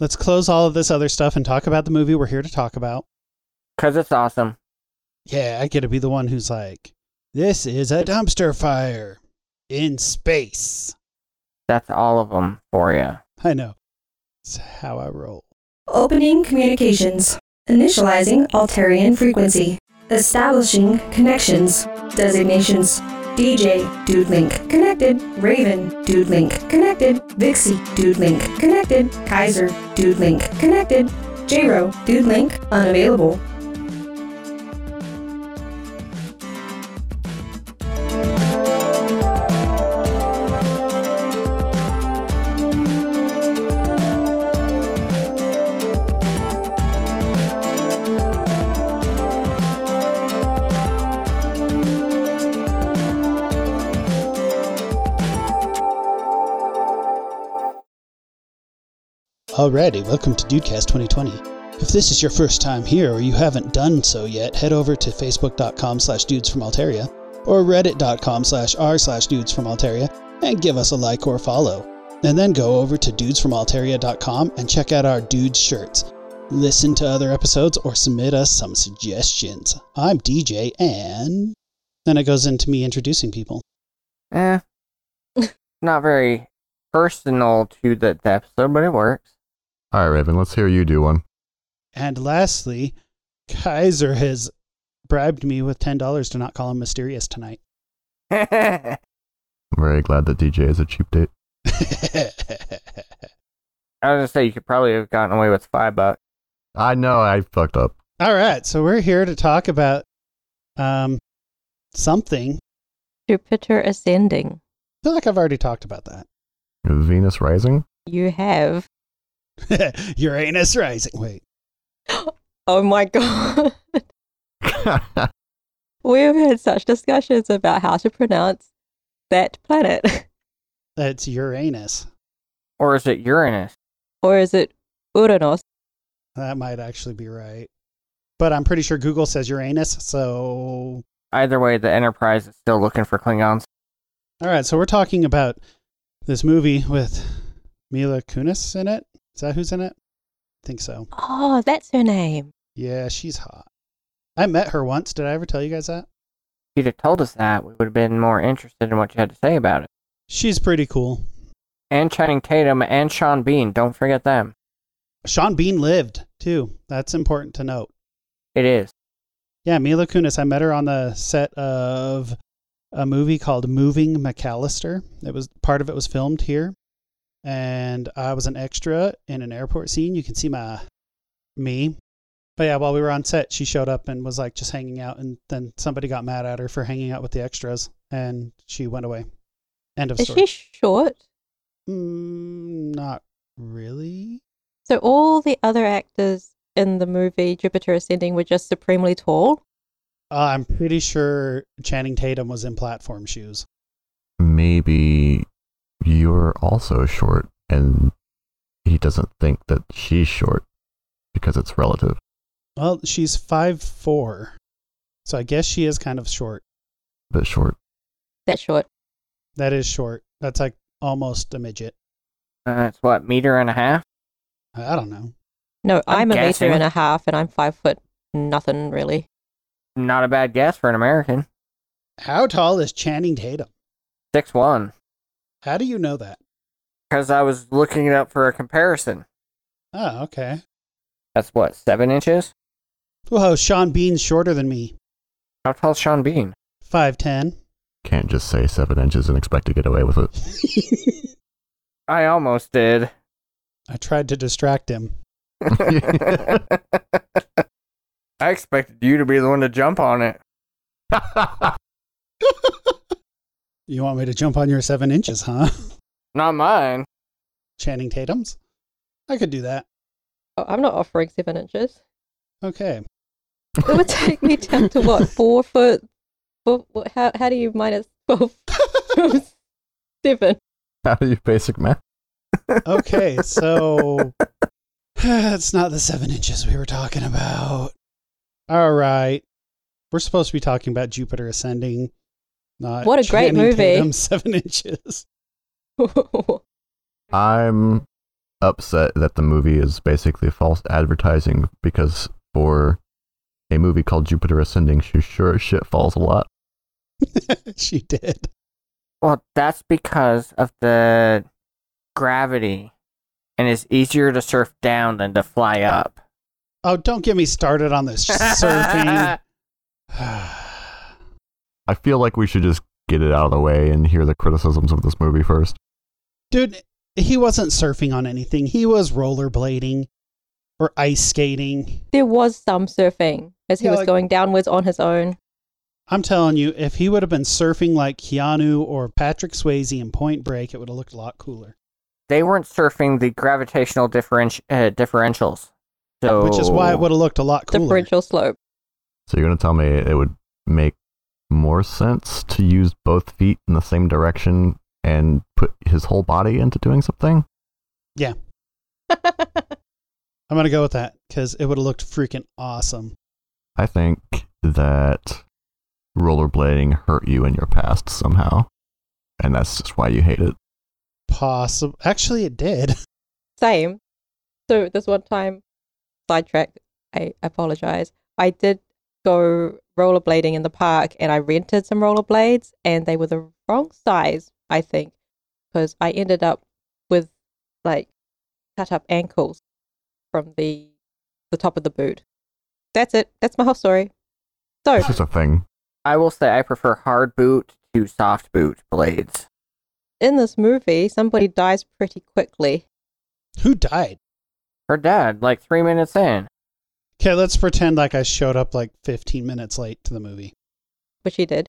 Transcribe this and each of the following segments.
Let's close all of this other stuff and talk about the movie we're here to talk about. Because it's awesome. Yeah, I get to be the one who's like, this is a dumpster fire in space. That's all of them for you. I know. It's how I roll. Opening communications. Initializing Altarian frequency. Establishing connections. Designations. DJ Dude Link connected. Raven Dude Link connected. Vixie Dude Link connected. Kaiser Dude Link connected. J-Ro Dude Link unavailable. Alrighty, welcome to Dudecast 2020. If this is your first time here or you haven't done so yet, head over to facebook.com slash dudes from Altaria or reddit.com slash r slash dudes from Altaria and give us a like or follow. And then go over to dudesfromaltaria.com and check out our dudes shirts. Listen to other episodes or submit us some suggestions. I'm DJ and then it goes into me introducing people. Eh. Not very personal to the the episode, but it works. All right, Raven, let's hear you do one. And lastly, Kaiser has bribed me with $10 to not call him mysterious tonight. I I'm very glad that DJ is a cheap date. was gonna say you could probably have gotten away with five bucks. I know I fucked up. All right, so we're here to talk about um something. Jupiter ascending. I feel like I've already talked about Venus Rising? You have. that. Uranus rising. Wait. Oh my god. I we have had such discussions about how to pronounce that planet. That's Uranus. Or is it Uranus? or is it Uranus? That might actually be right. But I'm pretty sure Google says Uranus, so Either way, the Enterprise is still looking for Klingons. All right, so we're talking about this movie with Mila Kunis in it. Is that who's in it? I think so. Oh, that's her name. Yeah, she's hot. I met her once. Did I ever tell you guys that? If you'd have told us that, we would have been more interested in what you had to say about it. She's pretty cool. And Channing Tatum and Sean Bean, don't forget them. Sean Bean lived too. That's important to note. It is. Yeah, Mila Kunis. I met her on the set of a movie called Moving McAllister. It was part of it was filmed here, and I was an extra in an airport scene. You can see my me. But yeah, while we were on set, she showed up and was like just hanging out, and then somebody got mad at her for hanging out with the extras, and she went away. End of Is story. she short? Mm, not really. So all the other actors in the movie Jupiter Ascending were just supremely tall. Uh, I'm pretty sure Channing Tatum was in platform shoes. Maybe you're also short and he doesn't think that she's short because it's relative. Well, she's five four, so I guess she is kind of short. But short. That short. That is short. That's like almost a midget. Uh, it's what, meter and a half? I I don't know. No, I'm I'm, a guessing. meter and a half and I'm five foot nothing really. Not a bad guess for an American. How tall is Channing Tatum? 6 1. How do you know that? Because I was looking it up for a comparison. Oh, okay. That's what, 7 inches? Whoa, Sean Bean's shorter than me. How tall's Sean Bean? Five ten. Can't just say seven inches and expect to get away with it. I almost did. I tried to distract him. I expected you to be the one to jump on it. You want me to jump on your seven inches, huh? Not mine. Channing Tatum's? I could do that. Oh, I'm not offering seven inches. Okay. It would take me down to what, four foot? Four, what, how, how do you minus 12 from seven? How do you basic math? Okay, so it's not the seven inches we were talking about. All right. We're supposed to be talking about Jupiter ascending. Not What a great Channing movie. Tatum's seven inches. I'm upset that the movie is basically false advertising because for a movie called Jupiter Ascending, she sure as shit falls a lot. she did. Well, that's because of the gravity, and it's easier to surf down than to fly up. Oh, don't get me started on this surfing. I feel like we should just get it out of the way and hear the criticisms of this movie first. Dude, he wasn't surfing on anything. He was rollerblading or ice skating. There was some surfing as he Yeah, was like- going downwards on his own. I'm telling you, if he would have been surfing like Keanu or Patrick Swayze in Point Break, it would have looked a lot cooler. They weren't surfing the gravitational differenti- uh, differentials, so Which is why it would have looked a lot cooler. Differential slope. So you're going to tell me it would make more sense to use both feet in the same direction and put his whole body into doing something? I'm going to go with that because it would have looked freaking awesome. I think that rollerblading hurt you in your past somehow. And that's just why you hate it. Possible. Actually, it did. Same. So this one time, sidetrack. I apologize. I did go rollerblading in the park, and I rented some rollerblades, and they were the wrong size, I think, because I ended up with like cut up ankles from the the top of the boot. That's it. That's my whole story. So It's just a thing. I will say I prefer hard boot to soft boot blades. in this movie, somebody dies pretty quickly. Who died? Her dad, like three minutes in. Okay, let's pretend like I showed up like 15 minutes late to the movie. which he did.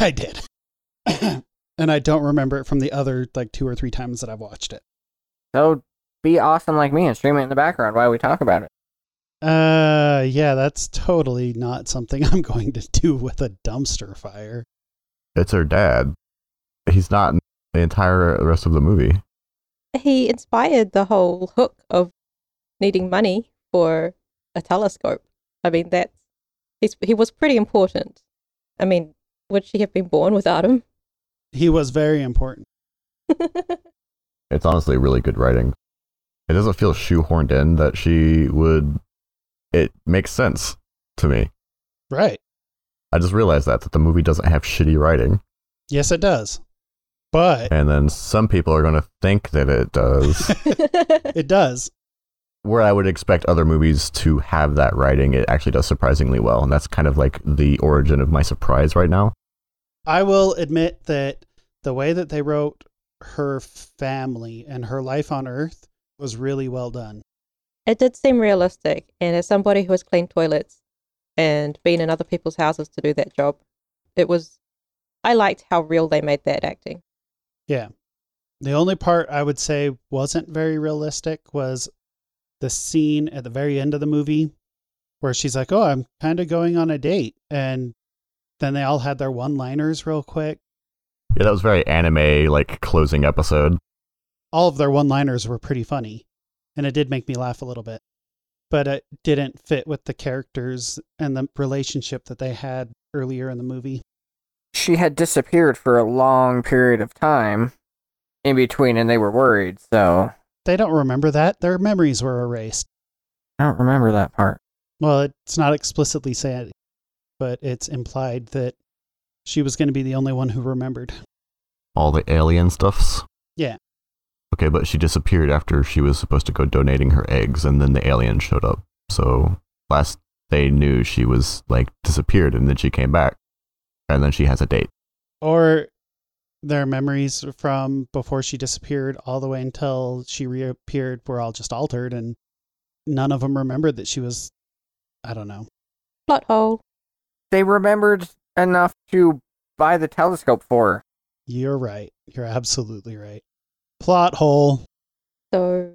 I did. and I don't remember it from the other like two or three times that I've watched it. So be awesome like me and stream it in the background while we talk about it. Uh, yeah, that's totally not something I'm going to do with a dumpster fire. It's her dad. He's not in the entire rest of the movie. He inspired the whole hook of needing money for a telescope. I mean, that's he's, he was pretty important. I mean, would she have been born without him? He was very important. It's honestly really good writing. It doesn't feel shoehorned in that she would. It makes sense to me. Right. I just realized that that the movie doesn't have shitty writing, Yes, it does. But and then some people are going to think that it does. it does. Where I would expect other movies to have that writing, it actually does surprisingly well, and that's kind of like the origin of my surprise right now. I will admit that the way that they wrote her family and her life on Earth was really well done. it did seem realistic, and as somebody who has cleaned toilets and been in other people's houses to do that job, it was. I liked how real they made that acting. Yeah. The only part I would say wasn't very realistic was the scene at the very end of the movie where she's like, Oh, I'm kind of going on a date. And then they all had their one liners real quick. Yeah, that was very anime like closing episode. All of their one liners were pretty funny. And it did make me laugh a little bit. But it didn't fit with the characters and the relationship that they had earlier in the movie. She had disappeared for a long period of time in between, and they were worried, so They don't remember that. Their memories were erased. I don't remember that part. Well, it's not explicitly said, but it's implied that she was going to be the only one who remembered. All the alien stuffs. Yeah. Okay, but she disappeared after she was supposed to go donating her eggs, and then the alien showed up. So last they knew, she was like disappeared, and then she came back, and then she has a date. Or their memories from before she disappeared all the way until she reappeared were all just altered, and none of them remembered that she was. I don't know. Plot hole. They remembered enough to buy the telescope for. her. You're right. You're absolutely right. Plot hole. So So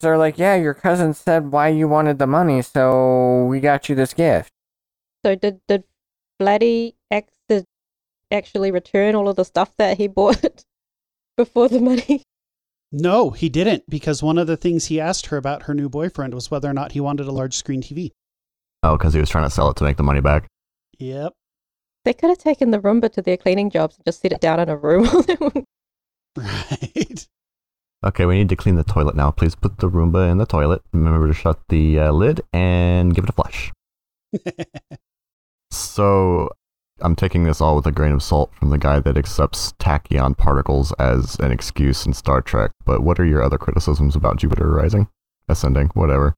they're like, yeah, your cousin said why you wanted the money, so we got you this gift. So did did Vladdy act, did actually return all of the stuff that he bought before the money? No, he didn't, because one of the things he asked her about her new boyfriend was whether or not he wanted a large screen TV. Oh, because he was trying to sell it to make the money back. Yep. They could have taken the Roomba to their cleaning jobs and just set it down in a room. Right. Okay, we need to clean the toilet now. Please put the Roomba in the toilet. Remember to shut the uh, lid and give it a flush. So I'm taking this all with a grain of salt from the guy that accepts tachyon particles as an excuse in Star Trek. But what are your other criticisms about Jupiter rising, ascending, whatever?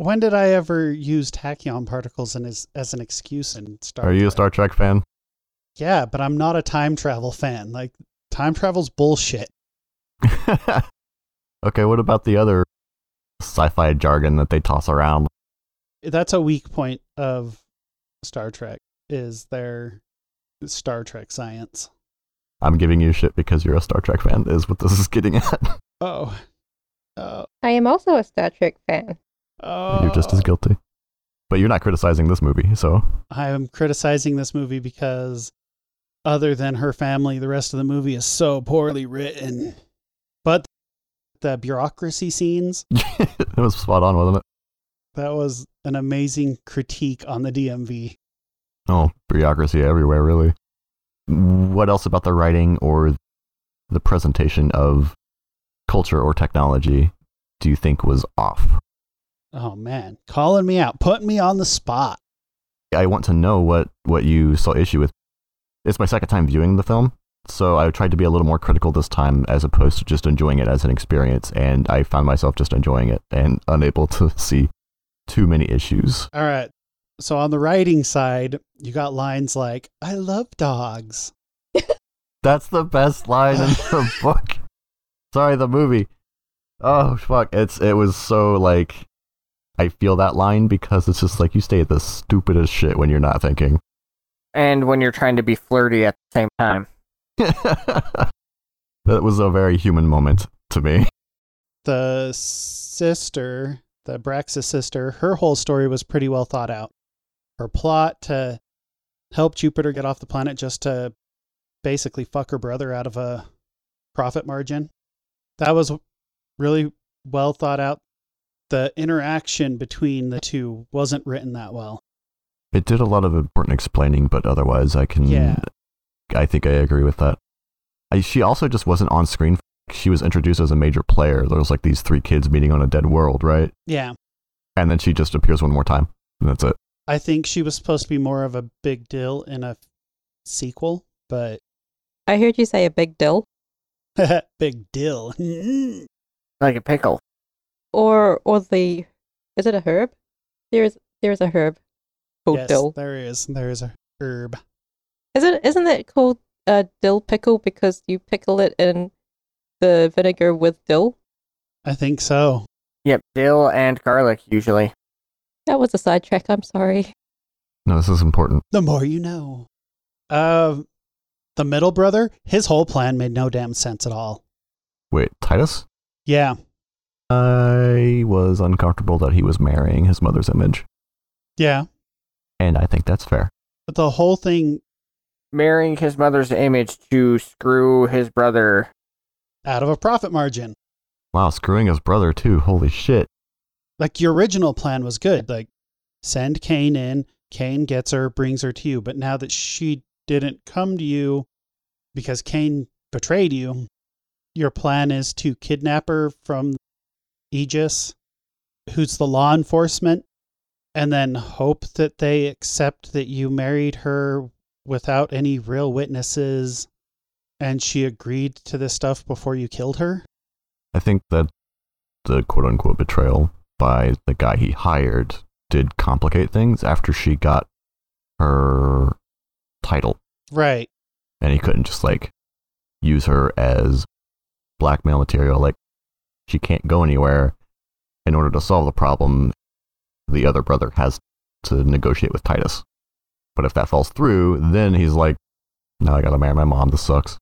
when did I ever use tachyon particles in as, as an excuse in Star Are you a Trek? Star Trek fan? Yeah, but I'm not a time travel fan. Like, time travel's bullshit. okay, what about the other sci-fi jargon that they toss around? That's a weak point of Star Trek, is their Star Trek science. I'm giving you shit because you're a Star Trek fan. Is what this is getting at. Oh. Oh. I am also a Star Trek fan. Oh. You're just as guilty. But you're not criticizing this movie, so I am criticizing this movie because, other than her family, the rest of the movie is so poorly written. But the bureaucracy scenes, it was spot on, wasn't it? that was an amazing critique on the DMV. Oh, bureaucracy everywhere, really. What else about the writing or the presentation of culture or technology do you think was off? Oh, man. Calling me out, putting me on the spot. I want to know what, what you saw issue with. It's my second time viewing the film, so I tried to be a little more critical this time as opposed to just enjoying it as an experience, and I found myself just enjoying it and unable to see too many issues. All right. So, on the writing side, you got lines like, I love dogs. That's the best line in the book. Sorry, the movie. Oh fuck! It's it was so like I feel that line because it's just like you stay at the stupidest shit when you're not thinking. And when you're trying to be flirty at the same time. that was a very human moment to me. The sister, the Braxis sister, her whole story was pretty well thought out. Her plot to help Jupiter get off the planet just to basically fuck her brother out of a profit margin. That was really well thought out. The interaction between the two wasn't written that well. It did a lot of important explaining, but otherwise, I can. Yeah. I think I agree with that. I, she also just wasn't on screen. She was introduced as a major player. There was like these three kids meeting on a dead world, right? Yeah. And then she just appears one more time, and that's it. I think she was supposed to be more of a big deal in a sequel, but I heard you say a big dill big deal. Like a pickle. or or the is it a herb? There is there is a herb called yes, dill. there is. There is a herb. Is it isn't it called uh, dill pickle because you pickle it in the vinegar with dill? I think so. Yep, dill and garlic usually. That was a sidetrack. I'm sorry. No, this is important. The more you know. Uh, the middle brother, his whole plan made no damn sense at all. Wait, Titus? Yeah, I was uncomfortable that he was marrying his mother's image, yeah. and I think that's fair. But the whole thing Marrying his mother's image to screw his brother. out of a profit margin. Wow, screwing his brother too. Holy shit. Like your original plan was good. Like send Kane in, Kane gets her, brings her to you. But now that she didn't come to you because Kane betrayed you, your plan is to kidnap her from Aegis, who's the law enforcement, and then hope that they accept that you married her without any real witnesses and she agreed to this stuff before you killed her. I think that the quote unquote betrayal by the guy he hired did complicate things after she got her title, Right. and he couldn't just like use her as blackmail material. Like, she can't go anywhere. In order to solve the problem, the other brother has to negotiate with Titus. But if that falls through, then he's like, now I gotta marry my mom. This sucks.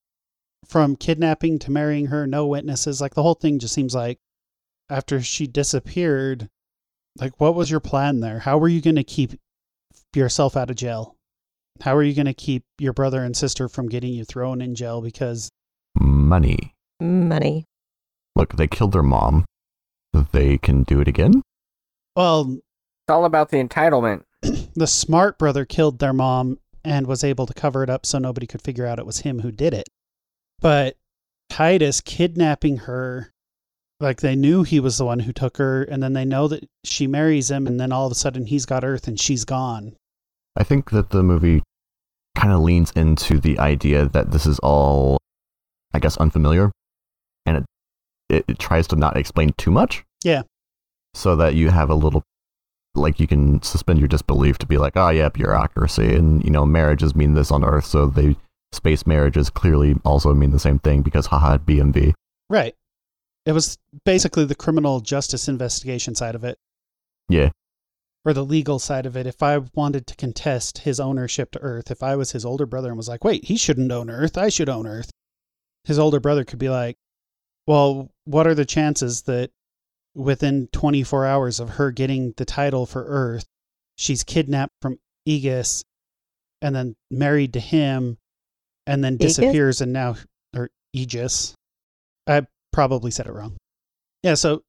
from kidnapping to marrying her, no witnesses. Like the whole thing just seems like after she disappeared, like what was your plan there? How were you going to keep yourself out of jail? How are you going to keep your brother and sister from getting you thrown in jail because Money. Money. Look, they killed their mom. They can do it again. well, It's all about the entitlement. the smart brother killed their mom and was able to cover it up so nobody could figure out it was him who did it. But Titus kidnapping her Like they knew he was the one who took her, and then they know that she marries him, and then all of a sudden he's got Earth and she's gone. I think that the movie kind of leans into the idea that this is all, I guess, unfamiliar, and it, it it tries to not explain too much. Yeah. So that you have a little, like you can suspend your disbelief to be like, oh yeah, bureaucracy, and you know, marriages mean this on Earth, so they space marriages clearly also mean the same thing because haha BMV. Right. It was basically the criminal justice investigation side of it. Yeah. Or the legal side of it. If I wanted to contest his ownership to Earth, if I was his older brother and was like, wait, he shouldn't own Earth, I should own Earth, his older brother could be like, well, what are the chances that within 24 hours of her getting the title for Earth, she's kidnapped from Aegis and then married to him and then Aegis? disappears and now, or Aegis. I probably said it wrong. Yeah, so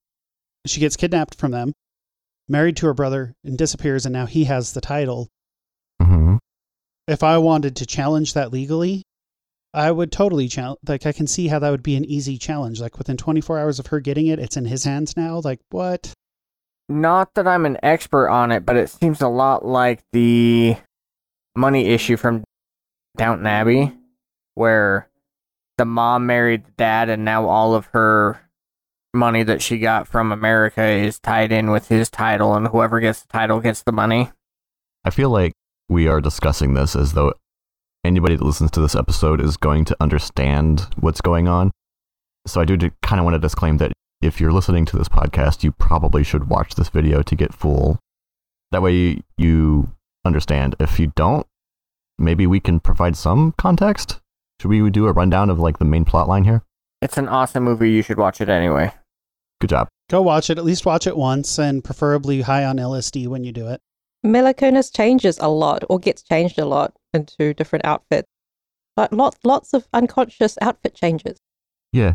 she gets kidnapped from them, married to her brother, and disappears, and now he has the title. Mm-hmm. If I wanted to challenge that legally, I would totally challenge. Like, I can see how that would be an easy challenge. Like, within 24 hours of her getting it, it's in his hands now. Like, what? Not that I'm an expert on it, but it seems a lot like the money issue from Downton Abbey, where the mom married the dad, and now all of her money that she got from America is tied in with his title, and whoever gets the title gets the money. I feel like we are discussing this as though anybody that listens to this episode is going to understand what's going on. So I do kind of want to disclaim that if you're listening to this podcast, you probably should watch this video to get full. That way you, you understand. If you don't, maybe we can provide some context. Should we do a rundown of like the main plot line here? It's an awesome movie. You should watch it anyway. Good job. Go watch it. At least watch it once, and preferably high on LSD when you do it. Mila Kunis changes a lot or gets changed a lot into different outfits. But lots lots of unconscious outfit changes. Yeah.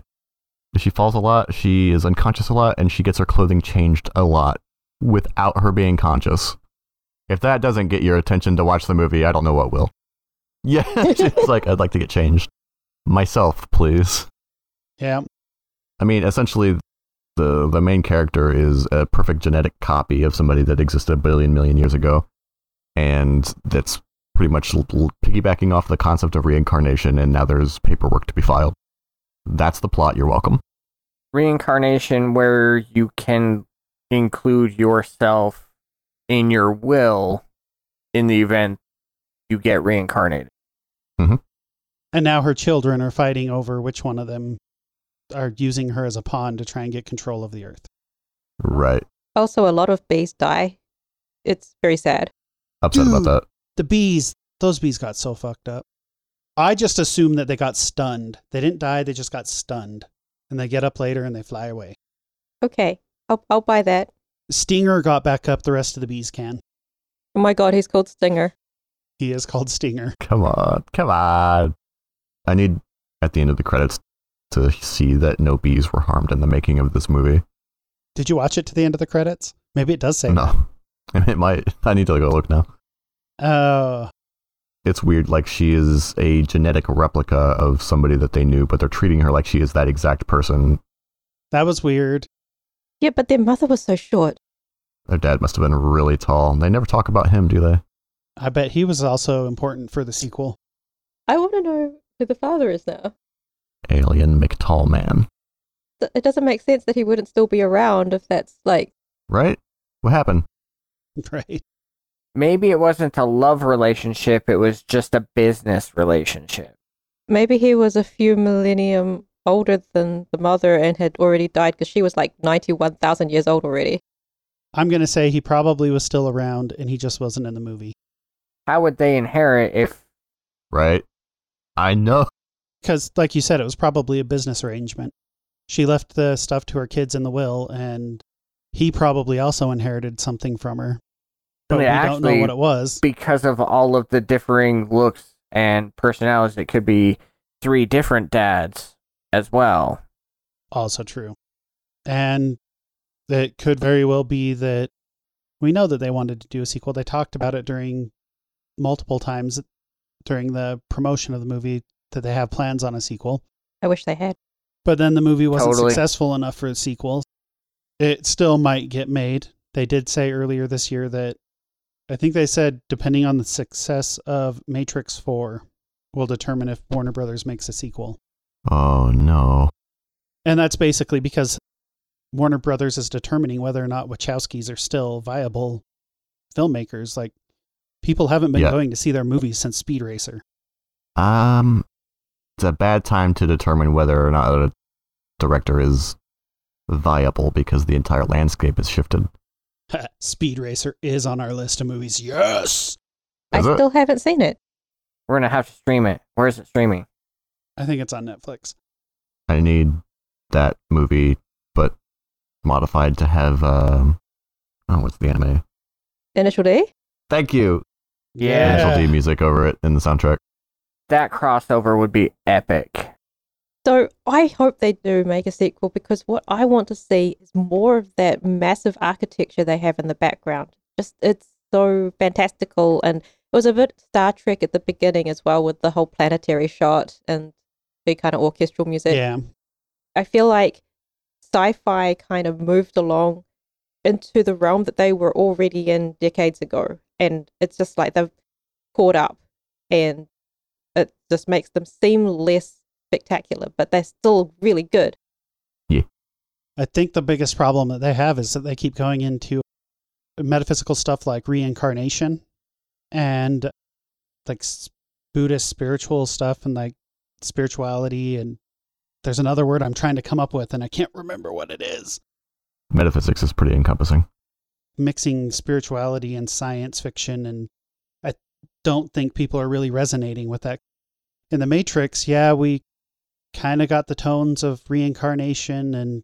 She falls a lot, she is unconscious a lot, and she gets her clothing changed a lot without her being conscious. If that doesn't get your attention to watch the movie, I don't know what will. Yeah, she's like, I'd like to get changed. Myself, please. Yeah. I mean, essentially, the, the main character is a perfect genetic copy of somebody that existed a billion million years ago. And that's pretty much l- l- piggybacking off the concept of reincarnation, and now there's paperwork to be filed. That's the plot. You're welcome. Reincarnation, where you can include yourself in your will in the event you get reincarnated. And now her children are fighting over which one of them are using her as a pawn to try and get control of the Earth. Right. Also a lot of bees die. It's very sad. Upset about Dude. that. The bees, those bees got so fucked up. I just assume that they got stunned. They didn't die, they just got stunned. And they get up later and they fly away. Okay. I'll I'll buy that. Stinger got back up, the rest of the bees can. Oh my god, he's called Stinger. He is called Stinger. Come on. Come on. I need at the end of the credits to see that no bees were harmed in the making of this movie. Did you watch it to the end of the credits? Maybe it does say that. No. It might. I need to go look now. Oh, It's weird. Like, she is a genetic replica of somebody that they knew, but they're treating her like she is that exact person. that was weird. Yeah, but their mother was so short. Their dad must have been really tall. They never talk about him, do they? I bet he was also important for the sequel. I wanna know who the father is now. Alien McTall Man. Th- It doesn't make sense that he wouldn't still be around if that's like Right? What happened? Right. maybe it wasn't a love relationship, it was just a business relationship. maybe he was a few millennium older than the mother and had already died because she was like 91,000 years old already. I'm going to say he probably was still around and he just wasn't in the movie. How would they inherit if Right? I know. because like you said it was probably a business arrangement she left the stuff to her kids in the will and he probably also inherited something from her but we they don't know actually, what it was because of all of the differing looks and personalities, it could be three different dads as well? also true and it could very well be that we know that they wanted to do a sequel they talked about it during multiple times during the promotion of the movie that they have plans on a sequel I wish they had. But then the movie wasn't Totally. successful enough for a sequel. It still might get made. They did say earlier this year that I think they said depending on the success of Matrix 4 will determine if Warner Brothers makes a sequel. Oh no. And that's basically because Warner Brothers is determining whether or not Wachowskis are still viable filmmakers. Like people haven't been Yeah. going to see their movies since Speed Racer. Um, it's a bad time to determine whether or not a director is viable because the entire landscape has shifted. Speed Racer is on our list of movies. Yes. I Is it? still haven't seen it. We're gonna have to stream it. Where is it streaming? I think it's on Netflix. I need that movie, but modified to have um, oh, what's the anime? Initial D. Thank you. Yeah. Initial D music over it in the soundtrack. That crossover would be epic. So I hope they do make a sequel because what I want to see is more of that massive architecture they have in the background. Just it's so fantastical and it was a bit Star Trek at the beginning as well with the whole planetary shot and the kind of orchestral music. Yeah. I feel like sci-fi kind of moved along into the realm that they were already in decades ago, and it's just like they've caught up, and it just makes them seem less spectacular, but they're still really good. I think the biggest problem that they have is that they keep going into metaphysical stuff like reincarnation and like s- Buddhist spiritual stuff and like spirituality. And there's another word I'm trying to come up with and I can't remember what it is. Metaphysics is pretty encompassing. Mixing spirituality and science fiction. And I don't think people are really resonating with that. In The Matrix, yeah, we kind of got the tones of reincarnation and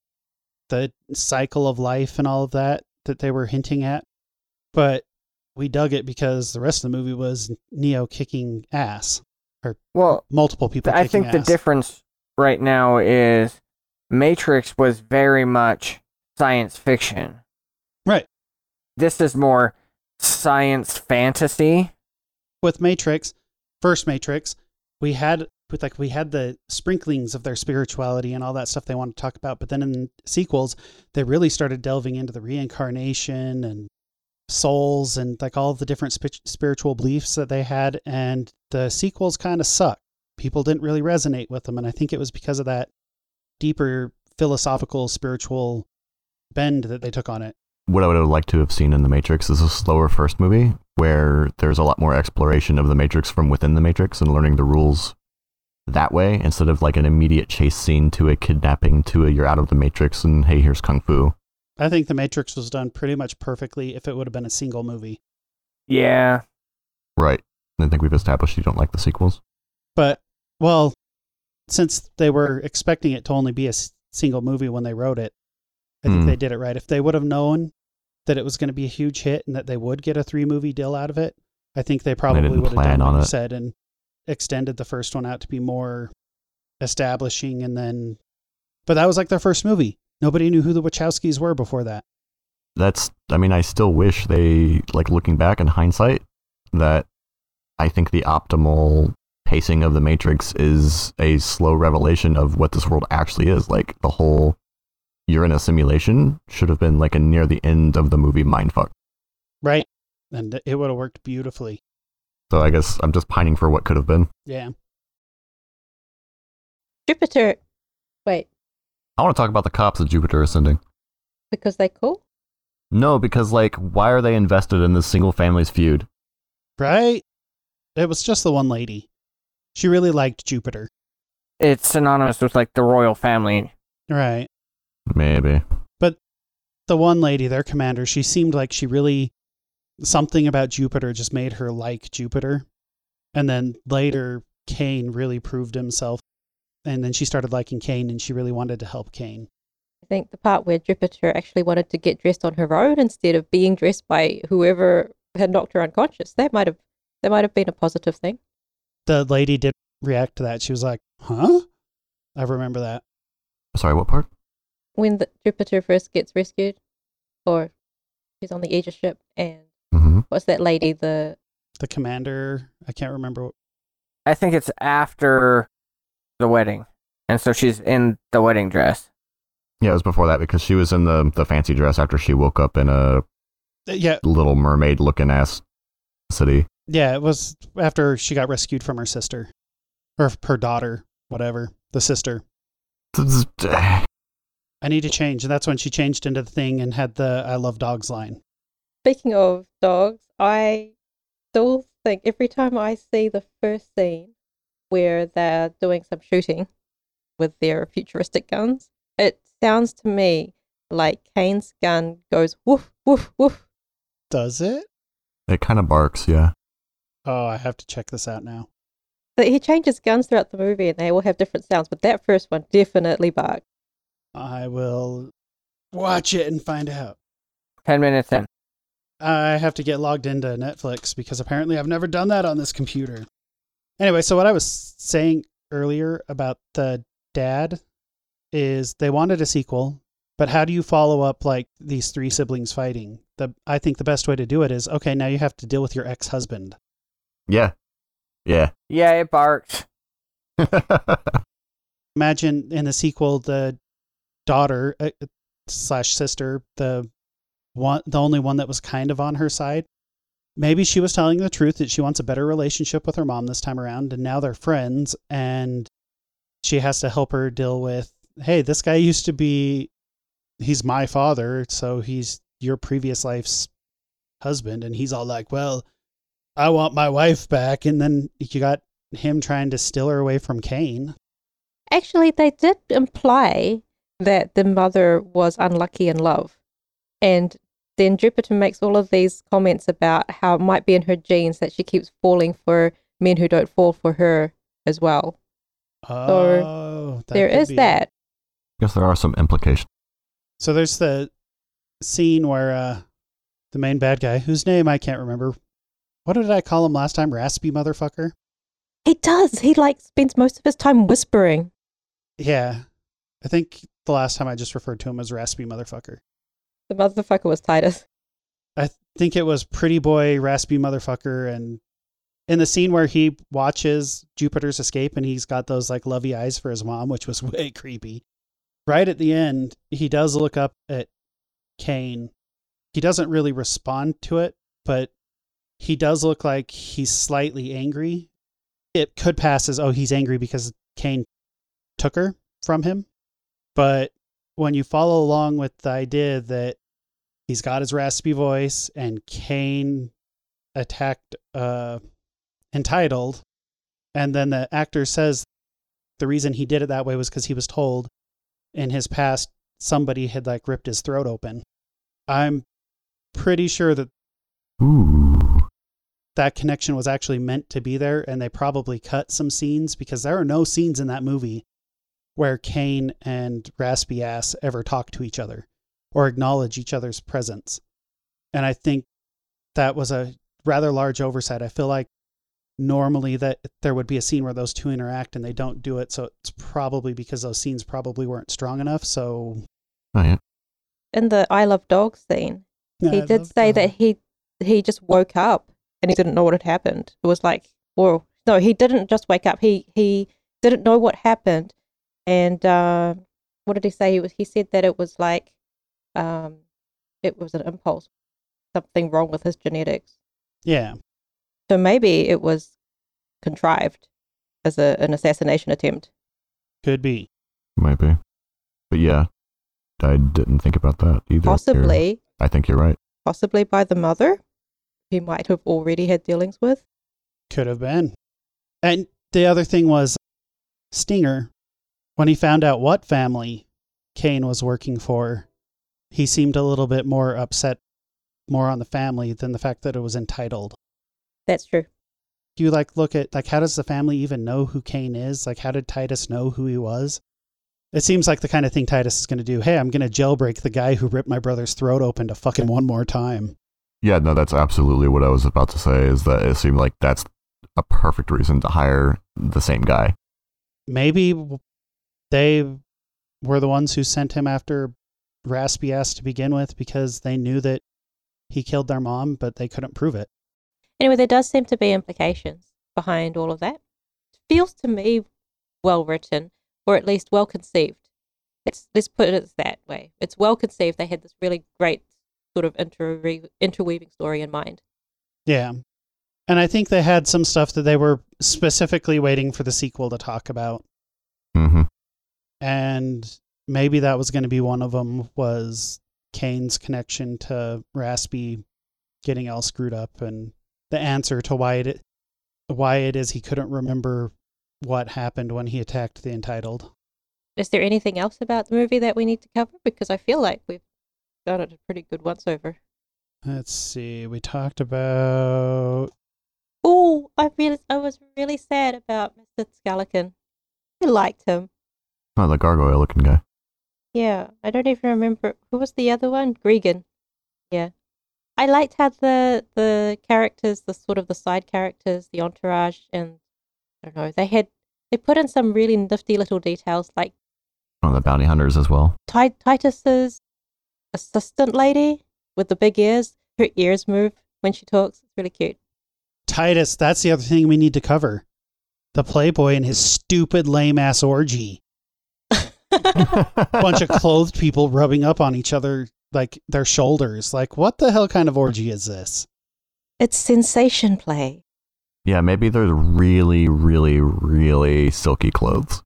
the cycle of life and all of that that they were hinting at. But we dug it because the rest of the movie was Neo kicking ass. Well, Multiple people I kicking think the ass. difference right now is Matrix was very much science fiction. Right. This is more science fantasy. With Matrix, first Matrix, we had with like we had the sprinklings of their spirituality and all that stuff they wanted to talk about, but then in sequels, they really started delving into the reincarnation and souls and like all the different spi- spiritual beliefs that they had and the sequels kind of suck. People didn't really resonate with them and I think it was because of that deeper philosophical spiritual bend that they took on it. What I would have liked to have seen in The Matrix is a slower first movie where there's a lot more exploration of the Matrix from within the Matrix and learning the rules that way instead of like an immediate chase scene to a kidnapping to a you're out of the Matrix and hey, here's Kung Fu. I think The Matrix was done pretty much perfectly if it would have been a single movie. Yeah. Right. And I think we've established you don't like the sequels. But, well, since they were expecting it to only be a s- single movie when they wrote it, I think Hmm. they did it right. If they would have known that it was going to be a huge hit and that they would get a three movie deal out of it, I think they probably didn't would have done plan what on you it. said and extended the first one out to be more establishing and then. But that was like their first movie. Nobody knew who the Wachowskis were before that. That's I mean, I still wish they like looking back in hindsight that I think the optimal pacing of the Matrix is a slow revelation of what this world actually is. Like the whole you're in a simulation should have been like a near the end of the movie mindfuck. Right. And it would have worked beautifully. So I guess I'm just pining for what could have been. Yeah. Jupiter, wait, I want to talk about the cops of Jupiter Ascending. because they're cool. No, because like why are they invested in this single family's feud? Right? It was just the one lady. She really liked Jupiter. It's synonymous with like the royal family. Right. Maybe. The one lady, their commander, she seemed like she really something about Jupiter just made her like Jupiter. And then later Cain really proved himself. And then she started liking Cain and she really wanted to help Cain. I think the part where Jupiter actually wanted to get dressed on her own instead of being dressed by whoever had knocked her unconscious. That might have that might have been a positive thing. The lady did react to that. She was like, "Huh?" I remember that. Sorry, what part? when the Jupiter first gets rescued, or she's on the Aegis ship, and Mm-hmm. what's that lady? The The commander, I can't remember. What, I think it's after the wedding. and so she's in the wedding dress. Yeah, it was before that because she was in the, the fancy dress after she woke up in a uh, Yeah, little mermaid looking ass city. yeah, it was after she got rescued from her sister or her daughter, whatever, the sister. I need to change, and that's when she changed into the thing and had the I love dogs line. Speaking of dogs, I still think every time I see the first scene where they're doing some shooting with their futuristic guns, it sounds to me like Kane's gun goes woof, woof, woof. Does it? It kind of barks, yeah. Oh, I have to check this out now. But he changes guns throughout the movie and they all have different sounds, but that first one definitely barked. I will watch it and find out. Ten minutes in. I have to get logged into Netflix because apparently I've never done that on this computer. Anyway, so what I was saying earlier about the dad is they wanted a sequel, but how do you follow up like these three siblings fighting? The I think the best way to do it is okay, now you have to deal with your ex-husband. Yeah. Yeah. Yeah, it barks. Imagine in the sequel the daughter uh, slash sister, the one the only one that was kind of on her side maybe she was telling the truth that she wants a better relationship with her mom this time around and now they're friends and she has to help her deal with hey this guy used to be he's my father so he's your previous life's husband and he's all like well i want my wife back and then you got him trying to steal her away from Cain. Actually, they did imply that the mother was unlucky in love. And then Jupiter makes all of these comments about how it might be in her genes that she keeps falling for men who don't fall for her as well. Oh, that there could is be it. that. guess there are some implications. So there's the scene where uh, the main bad guy, whose name I can't remember, what did I call him last time? Raspy motherfucker. He does. He like spends most of his time whispering. Yeah, I think the last time I just referred to him as raspy motherfucker. The motherfucker was Titus. I think it was pretty boy raspy motherfucker, and in the scene where he watches Jupiter's escape and he's got those like lovey eyes for his mom, which was way creepy. Right at the end, he does look up at Kane. He doesn't really respond to it, but he does look like he's slightly angry. It could pass as, oh, he's angry because Kane took her from him. But when you follow along with the idea that he's got his raspy voice and Kane attacked uh, Entitled, and then the actor says the reason he did it that way was because he was told in his past somebody had like ripped his throat open. I'm pretty sure that Ooh. that connection was actually meant to be there and they probably cut some scenes because there are no scenes in that movie where Kane and Raspy Ass ever talk to each other or acknowledge each other's presence. And I think that was a rather large oversight. I feel like normally that there would be a scene where those two interact and they don't do it, so it's probably because those scenes probably weren't strong enough. So Oh, yeah. In the I Love Dogs scene, he I did love say that. that he he just woke up and he didn't know what had happened. It was like, whoa, no, he didn't just wake up. He he didn't know what happened, and uh, what did he say? He was he said that it was like, um, it was an impulse, something wrong with his genetics. Yeah. So maybe it was contrived as a, an assassination attempt. Could be. Might be. But yeah, I didn't think about that either. You're- Possibly, I think you're right. possibly by the mother, he might have already had dealings with. Could have been. And the other thing was Stinger, when he found out what family Kane was working for, he seemed a little bit more upset more on the family than the fact that it was entitled. That's true. You like look at like how does the family even know who Kane is? Like how did Titus know who he was? It seems like the kind of thing Titus is going to do. Hey, I'm going to jailbreak the guy who ripped my brother's throat open to fucking one more time. Yeah, no, that's absolutely what I was about to say is that it seemed like that's a perfect reason to hire the same guy. maybe w- they were the ones who sent him after raspy ass to begin with because they knew that he killed their mom but they couldn't prove it Anyway, there does seem to be implications behind all of that. Feels to me well written or at least well conceived. Let's let's put it that way. It's well conceived. They had this really great sort of interwe- interweaving story in mind. Yeah. And I think they had some stuff that they were specifically waiting for the sequel to talk about. Mm-hmm. And maybe that was going to be one of them was Kane's connection to Raspy getting all screwed up and the answer to why it why it is he couldn't remember what happened when he attacked the entitled. Is there anything else about the movie that we need to cover? Because I feel like we've done it a pretty good once over. Let's see. We talked about Oh, I realized I was really sad about Mr. Skeleton. I liked him. Oh, the gargoyle looking guy. Yeah, I don't even remember who was the other one. Gregan. Yeah, I liked how the the characters, the sort of the side characters, the entourage, and I don't know, they had they put in some really nifty little details, like Oh, the bounty hunters as well. Ti- Titus's assistant lady with the big ears. Her ears move when she talks. It's really cute. Titus. That's the other thing we need to cover. The Playboy and his stupid lame ass orgy. Bunch of clothed people rubbing up on each other like their shoulders. Like what the hell kind of orgy is this? It's sensation play. yeah, maybe they're really, really, really silky clothes.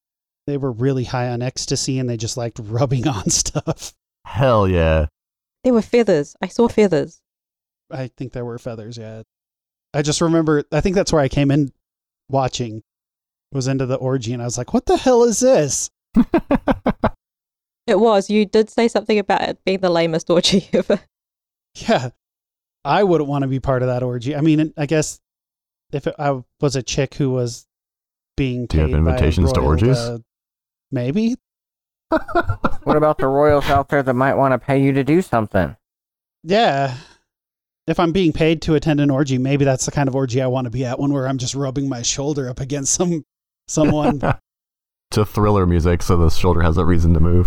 They were really high on ecstasy and they just liked rubbing on stuff. Hell yeah. There were feathers. I saw feathers. I think there were feathers, yeah. I just remember I think that's where I came in watching was into the orgy and I was like, "What the hell is this?" It was. You did say something about it being the lamest orgy ever. Yeah. I wouldn't want to be part of that orgy. I mean, I guess if it, I was a chick who was being Do paid you have invitations by to royal, orgies? uh, maybe. What about the royals out there that might want to pay you to do something? Yeah. If I'm being paid to attend an orgy, maybe that's the kind of orgy I want to be at, one where I'm just rubbing my shoulder up against some someone. to thriller music, so the shoulder has a reason to move.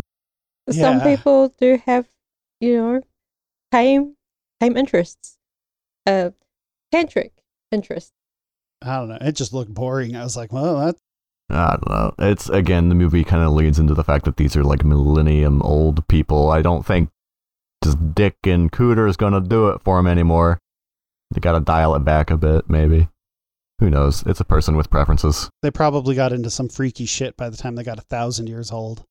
Some Yeah. people do have, you know, tame, tame interests. Uh, tantric interests. I don't know. It just looked boring. I was like, "Well, that I don't know. It's again, the movie kind of leads into the fact that these are like millennium old people. I don't think just Dick and Cooter is gonna do it for them anymore. They gotta dial it back a bit, maybe. Who knows? It's a person with preferences. they probably got into some freaky shit by the time they got a thousand years old."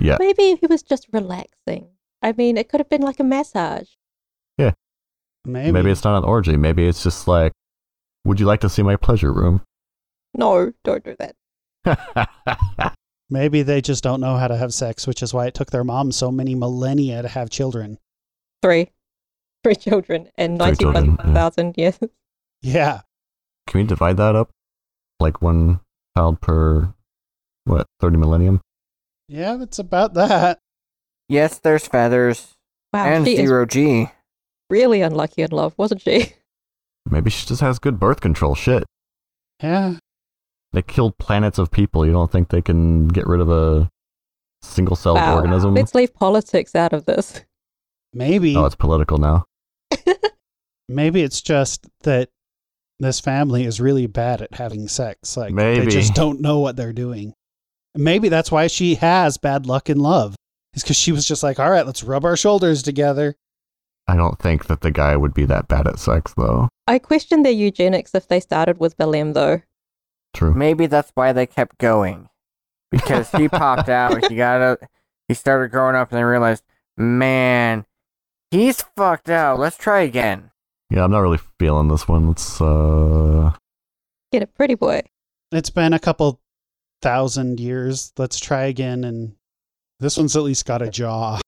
Yeah, Maybe he was just relaxing. I mean, it could have been like a massage. Maybe. maybe, it's not an orgy. Maybe it's just like, would you like to see my pleasure room? No, don't do that. maybe they just don't know how to have sex, which is why it took their mom so many millennia to have children. Three, three children and Three children, ninety-one thousand. Yes. Yeah. Can we divide that up? Like one child per what? Thirty millennium? Yeah, it's about that. Yes, there's feathers Wow, and she is zero G. really unlucky in love, wasn't she? Maybe she just has good birth control. Shit. Yeah. They killed planets of people. You don't think they can get rid of a single celled Wow. organism? Let's leave politics out of this. Maybe Oh, it's political now. maybe it's just that this family is really bad at having sex. Like Maybe. they just don't know what they're doing. Maybe that's why she has bad luck in love. Is because she was just like, all right, let's rub our shoulders together. I don't think that the guy would be that bad at sex, though. I question their eugenics if they started with Belém though. True. Maybe that's why they kept going. Because he popped out, he got out, he started growing up, and they realized, man, he's fucked out. Let's try again. Yeah, I'm not really feeling this one. Let's uh, Get a pretty boy. It's been a couple thousand years. Let's try again. And this one's at least got a jaw.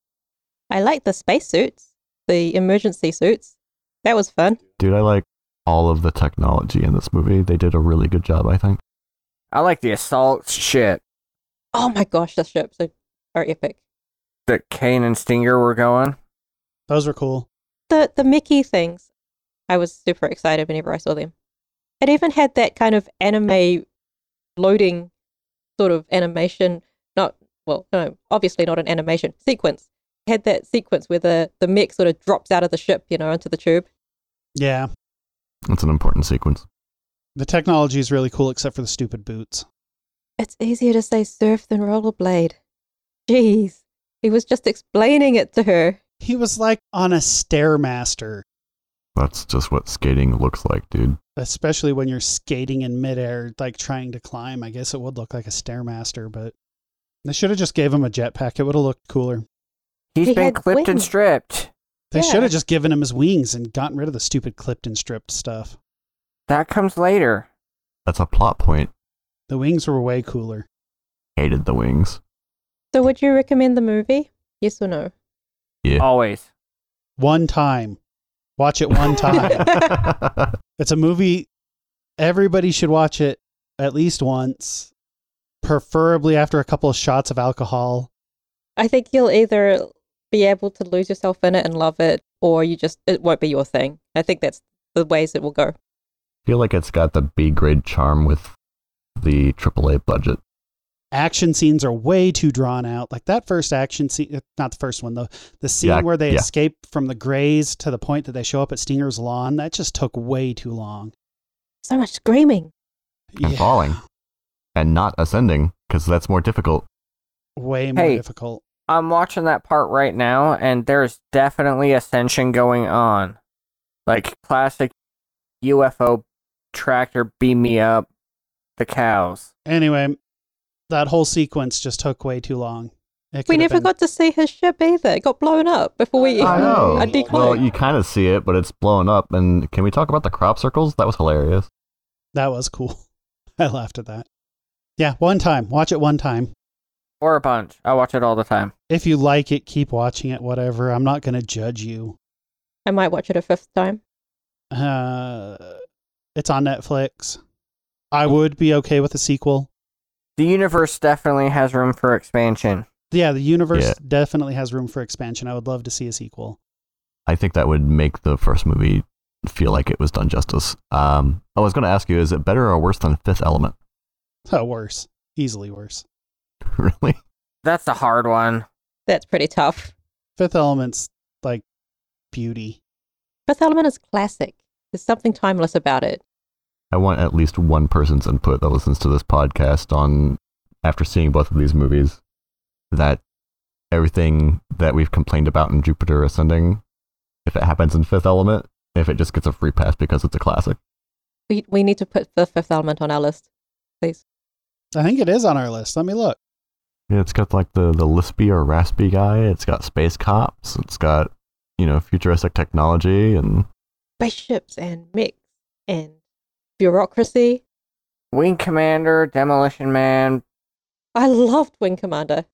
I like the spacesuits, the emergency suits. That was fun. dude. I like all of the technology in this movie. They did a really good job, I think. I like the assault shit Oh my gosh, the ships are, are epic. that Kane and Stinger were going. Those were cool. The the Mickey things, I was super excited whenever I saw them. It even had that kind of anime loading sort of animation. Not well, no, obviously not an animation sequence. It had that sequence where the the mech sort of drops out of the ship, you know, into the tube. Yeah. That's an important sequence. The technology is really cool, except for the stupid boots. It's easier to say surf than rollerblade. Jeez. He was just explaining it to her. He was like on a stairmaster, That's just what skating looks like, dude. especially when you're skating in midair, like trying to climb. I guess it would look like a stairmaster, but they should have just gave him a jetpack. It would have looked cooler. He's He been had clipped and wings. stripped. They Yeah. should have just given him his wings and gotten rid of the stupid clipped and stripped stuff. That comes later. That's a plot point. The wings were way cooler. Hated the wings. So, would you recommend the movie? Yes or no? Yeah. Always. One time. Watch it one time. it's a movie everybody should watch it at least once, preferably after a couple of shots of alcohol. I think you'll either be able to lose yourself in it and love it, or you just, it won't be your thing. I think that's the ways it will go. feel like it's got the B grade charm with the AAA budget. Action scenes are way too drawn out. Like that first action scene, uh, not the first one though, the scene Yeah, where they yeah. escape from the Greys to the point that they show up at Stinger's lawn, that just took way too long. So much screaming. And Yeah, falling. And not ascending, because that's more difficult. Way more Hey. difficult. I'm watching that part right now, and there's definitely ascension going on. Like classic UFO tractor beam me up the cows. Anyway, that whole sequence just took way too long. It We could've never been- got to see his ship either. It got blown up before we. I know. I know. declined. Well, you kind of see it, but it's blown up. And can we talk about the crop circles? That was hilarious. that was cool. I laughed at that. Yeah, one time. Watch it one time. Or a bunch. I watch it all the time. if you like it, keep watching it, whatever. I'm not going to judge you. I might watch it a fifth time. Uh, it's on Netflix. I would be okay with a sequel. The universe definitely has room for expansion. Yeah, the universe Yeah. definitely has room for expansion. I would love to see a sequel. I think that would make the first movie feel like it was done justice. Um, I was going to ask you, is it better or worse than Fifth Element? Oh, worse. Easily worse. really? That's a hard one. That's pretty tough. Fifth Element's like beauty. Fifth Element is classic. There's something timeless about it. I want at least one person's input that listens to this podcast on after seeing both of these movies that everything that we've complained about in Jupiter Ascending, if it happens in Fifth Element, if it just gets a free pass because it's a classic. We we need to put the Fifth Element on our list, please. I think it is on our list. Let me look. Yeah, it's got like the, the lispy or raspy guy, it's got space cops, it's got, you know, futuristic technology and Spaceships and mix and bureaucracy. Wing Commander, Demolition Man, I loved Wing Commander.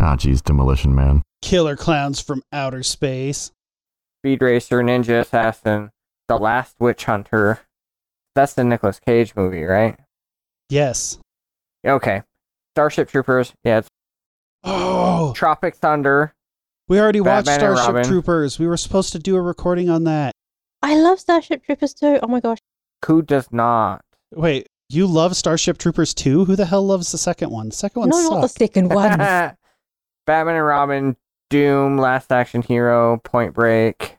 ah geez, demolition man. Killer Clowns from Outer Space. Speed Racer, Ninja Assassin, The Last Witch Hunter. That's the Nicolas Cage movie, right? Yes. Okay. Starship Troopers. Yeah, it's Oh, Tropic Thunder. we already Batman and watched Starship Robin. Troopers. We were supposed to do a recording on that. I love Starship Troopers too. Oh my gosh. Who does not? Wait, you love Starship Troopers 2? Who the hell loves the second one? The second one no, not the sucked. second one. Batman and Robin, Doom, Last Action Hero, Point Break,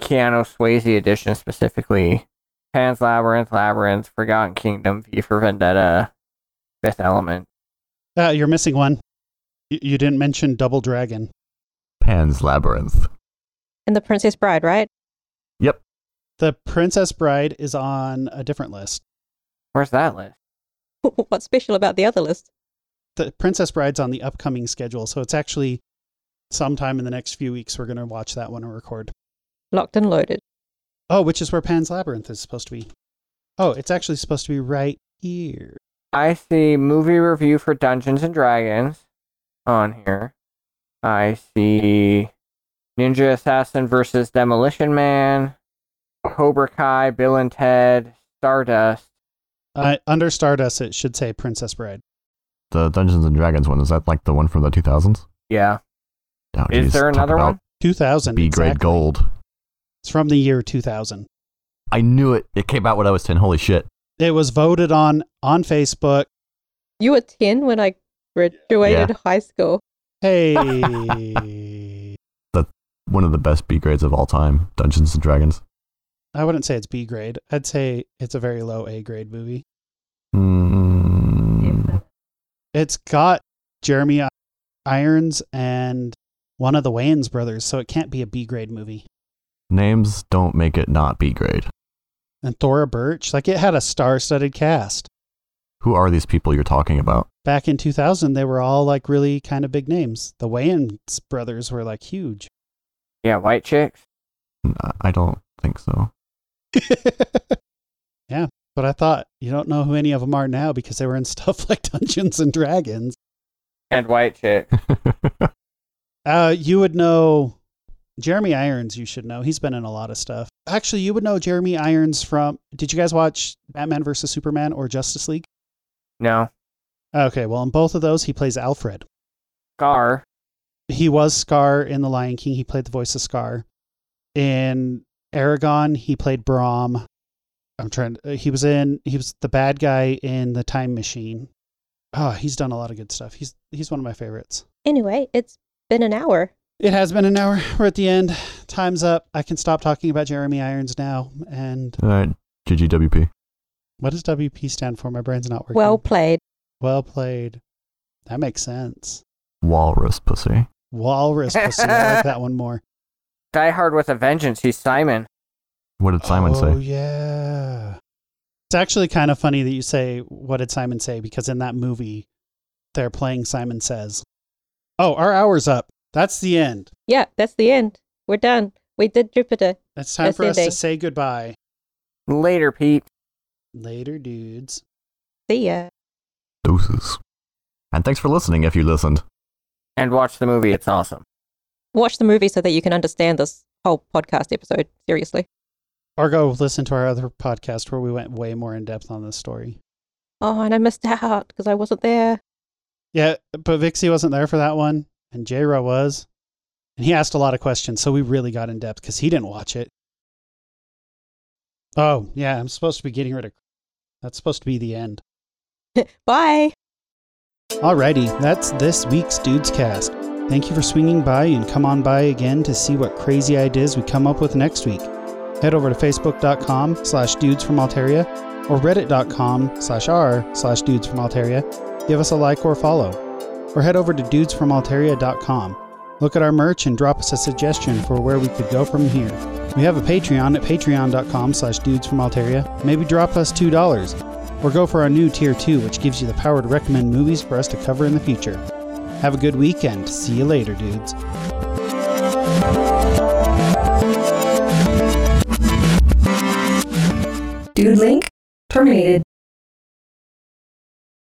Keanu Swayze edition specifically, Pan's Labyrinth, Labyrinth, Forgotten Kingdom, V for Vendetta, Fifth Element. uh, you're missing one. Y- you didn't mention Double Dragon. Pan's Labyrinth. and the Princess Bride, right? Yep. The Princess Bride is on a different list. Where's that list? What's special about the other list? The Princess Bride's on the upcoming schedule, so it's actually sometime in the next few weeks we're going to watch that one and record. Locked and loaded. Oh, which is where Pan's Labyrinth is supposed to be. Oh, it's actually supposed to be right here. I see movie review for Dungeons and Dragons on here. I see Ninja Assassin versus Demolition Man, Cobra Kai, Bill and Ted, Stardust. Uh, under Stardust, it should say Princess Bride. The Dungeons and Dragons one, is that like the one from the 2000s? Yeah. Oh, Is geez, there talk another about one? 2000. B grade exactly. gold. It's from the year 2000. I knew it. It came out when I was 10. Holy shit. It was voted on on Facebook. You were 10 when I graduated high school. Hey. One of the best B grades of all time Dungeons and Dragons. I wouldn't say it's B grade. I'd say it's a very low A grade movie. Mm, It's got Jeremy Irons and one of the Wayans brothers, so it can't be a B grade movie. Names don't make it not B grade. And Thora Birch, like it had a star studded cast. Who are these people you're talking about? Back in 2000, they were all like really kind of big names. The Wayans brothers were like huge. Yeah, white chicks. N- I don't think so. yeah, but I thought you don't know who any of them are now because they were in stuff like Dungeons and Dragons. And white chick. Uh, you would know Jeremy Irons. You should know he's been in a lot of stuff. Actually, you would know Jeremy Irons from. Did you guys watch Batman vs Superman or Justice League? No. Okay, well in both of those he plays Alfred. Scar. He was Scar in The Lion King. He played the voice of Scar. In Aragon, he played Brom. I'm trying. uh, He was in. He was the bad guy in the Time Machine. Oh, he's done a lot of good stuff. He's he's one of my favorites. Anyway, it's been an hour. It has been an hour. We're at the end. Time's up. I can stop talking about Jeremy Irons now. And All right, GGWP. what does WP stand for? My brain's not working. Well played. well played. That makes sense. Walrus pussy. Walrus pussy. I like that one more. Die Hard with a Vengeance. He's Simon. What did Simon Oh say? yeah. It's actually kind of funny that you say what did Simon say because in that movie they're playing Simon Says. Oh, our hour's up. That's the end. Yeah, that's the end. We're done. We did Jupiter. It's time That's for the us to ending. say goodbye. Later, Pete. Later, dudes. See ya. Doses. And thanks for listening if you listened. And watch the movie. It's awesome. Watch the movie so that you can understand this whole podcast episode. Seriously. Or go listen to our other podcast where we went way more in depth on this story. Oh, and I missed out because I wasn't there. Yeah, but Vixie wasn't there for that one, and J-Ra was. And he asked a lot of questions, so we really got in depth because he didn't watch it. Oh, yeah, I'm supposed to be getting rid of. That's supposed to be the end. Bye. Alrighty, that's this week's Dudes Cast. Thank you for swinging by and come on by again to see what crazy ideas we come up with next week. Head over to facebook.com slash dudes from Alteria or reddit.com slash r slash dudes from Alteria. Give us a like or follow. Or head over to dudesfromalteria.com. Look at our merch and drop us a suggestion for where we could go from here. We have a Patreon at patreon.com slash dudes from Alteria. Maybe drop us $2 or go for our new Tier 2, which gives you the power to recommend movies for us to cover in the future. Have a good weekend. See you later, dudes. Dude Link terminated.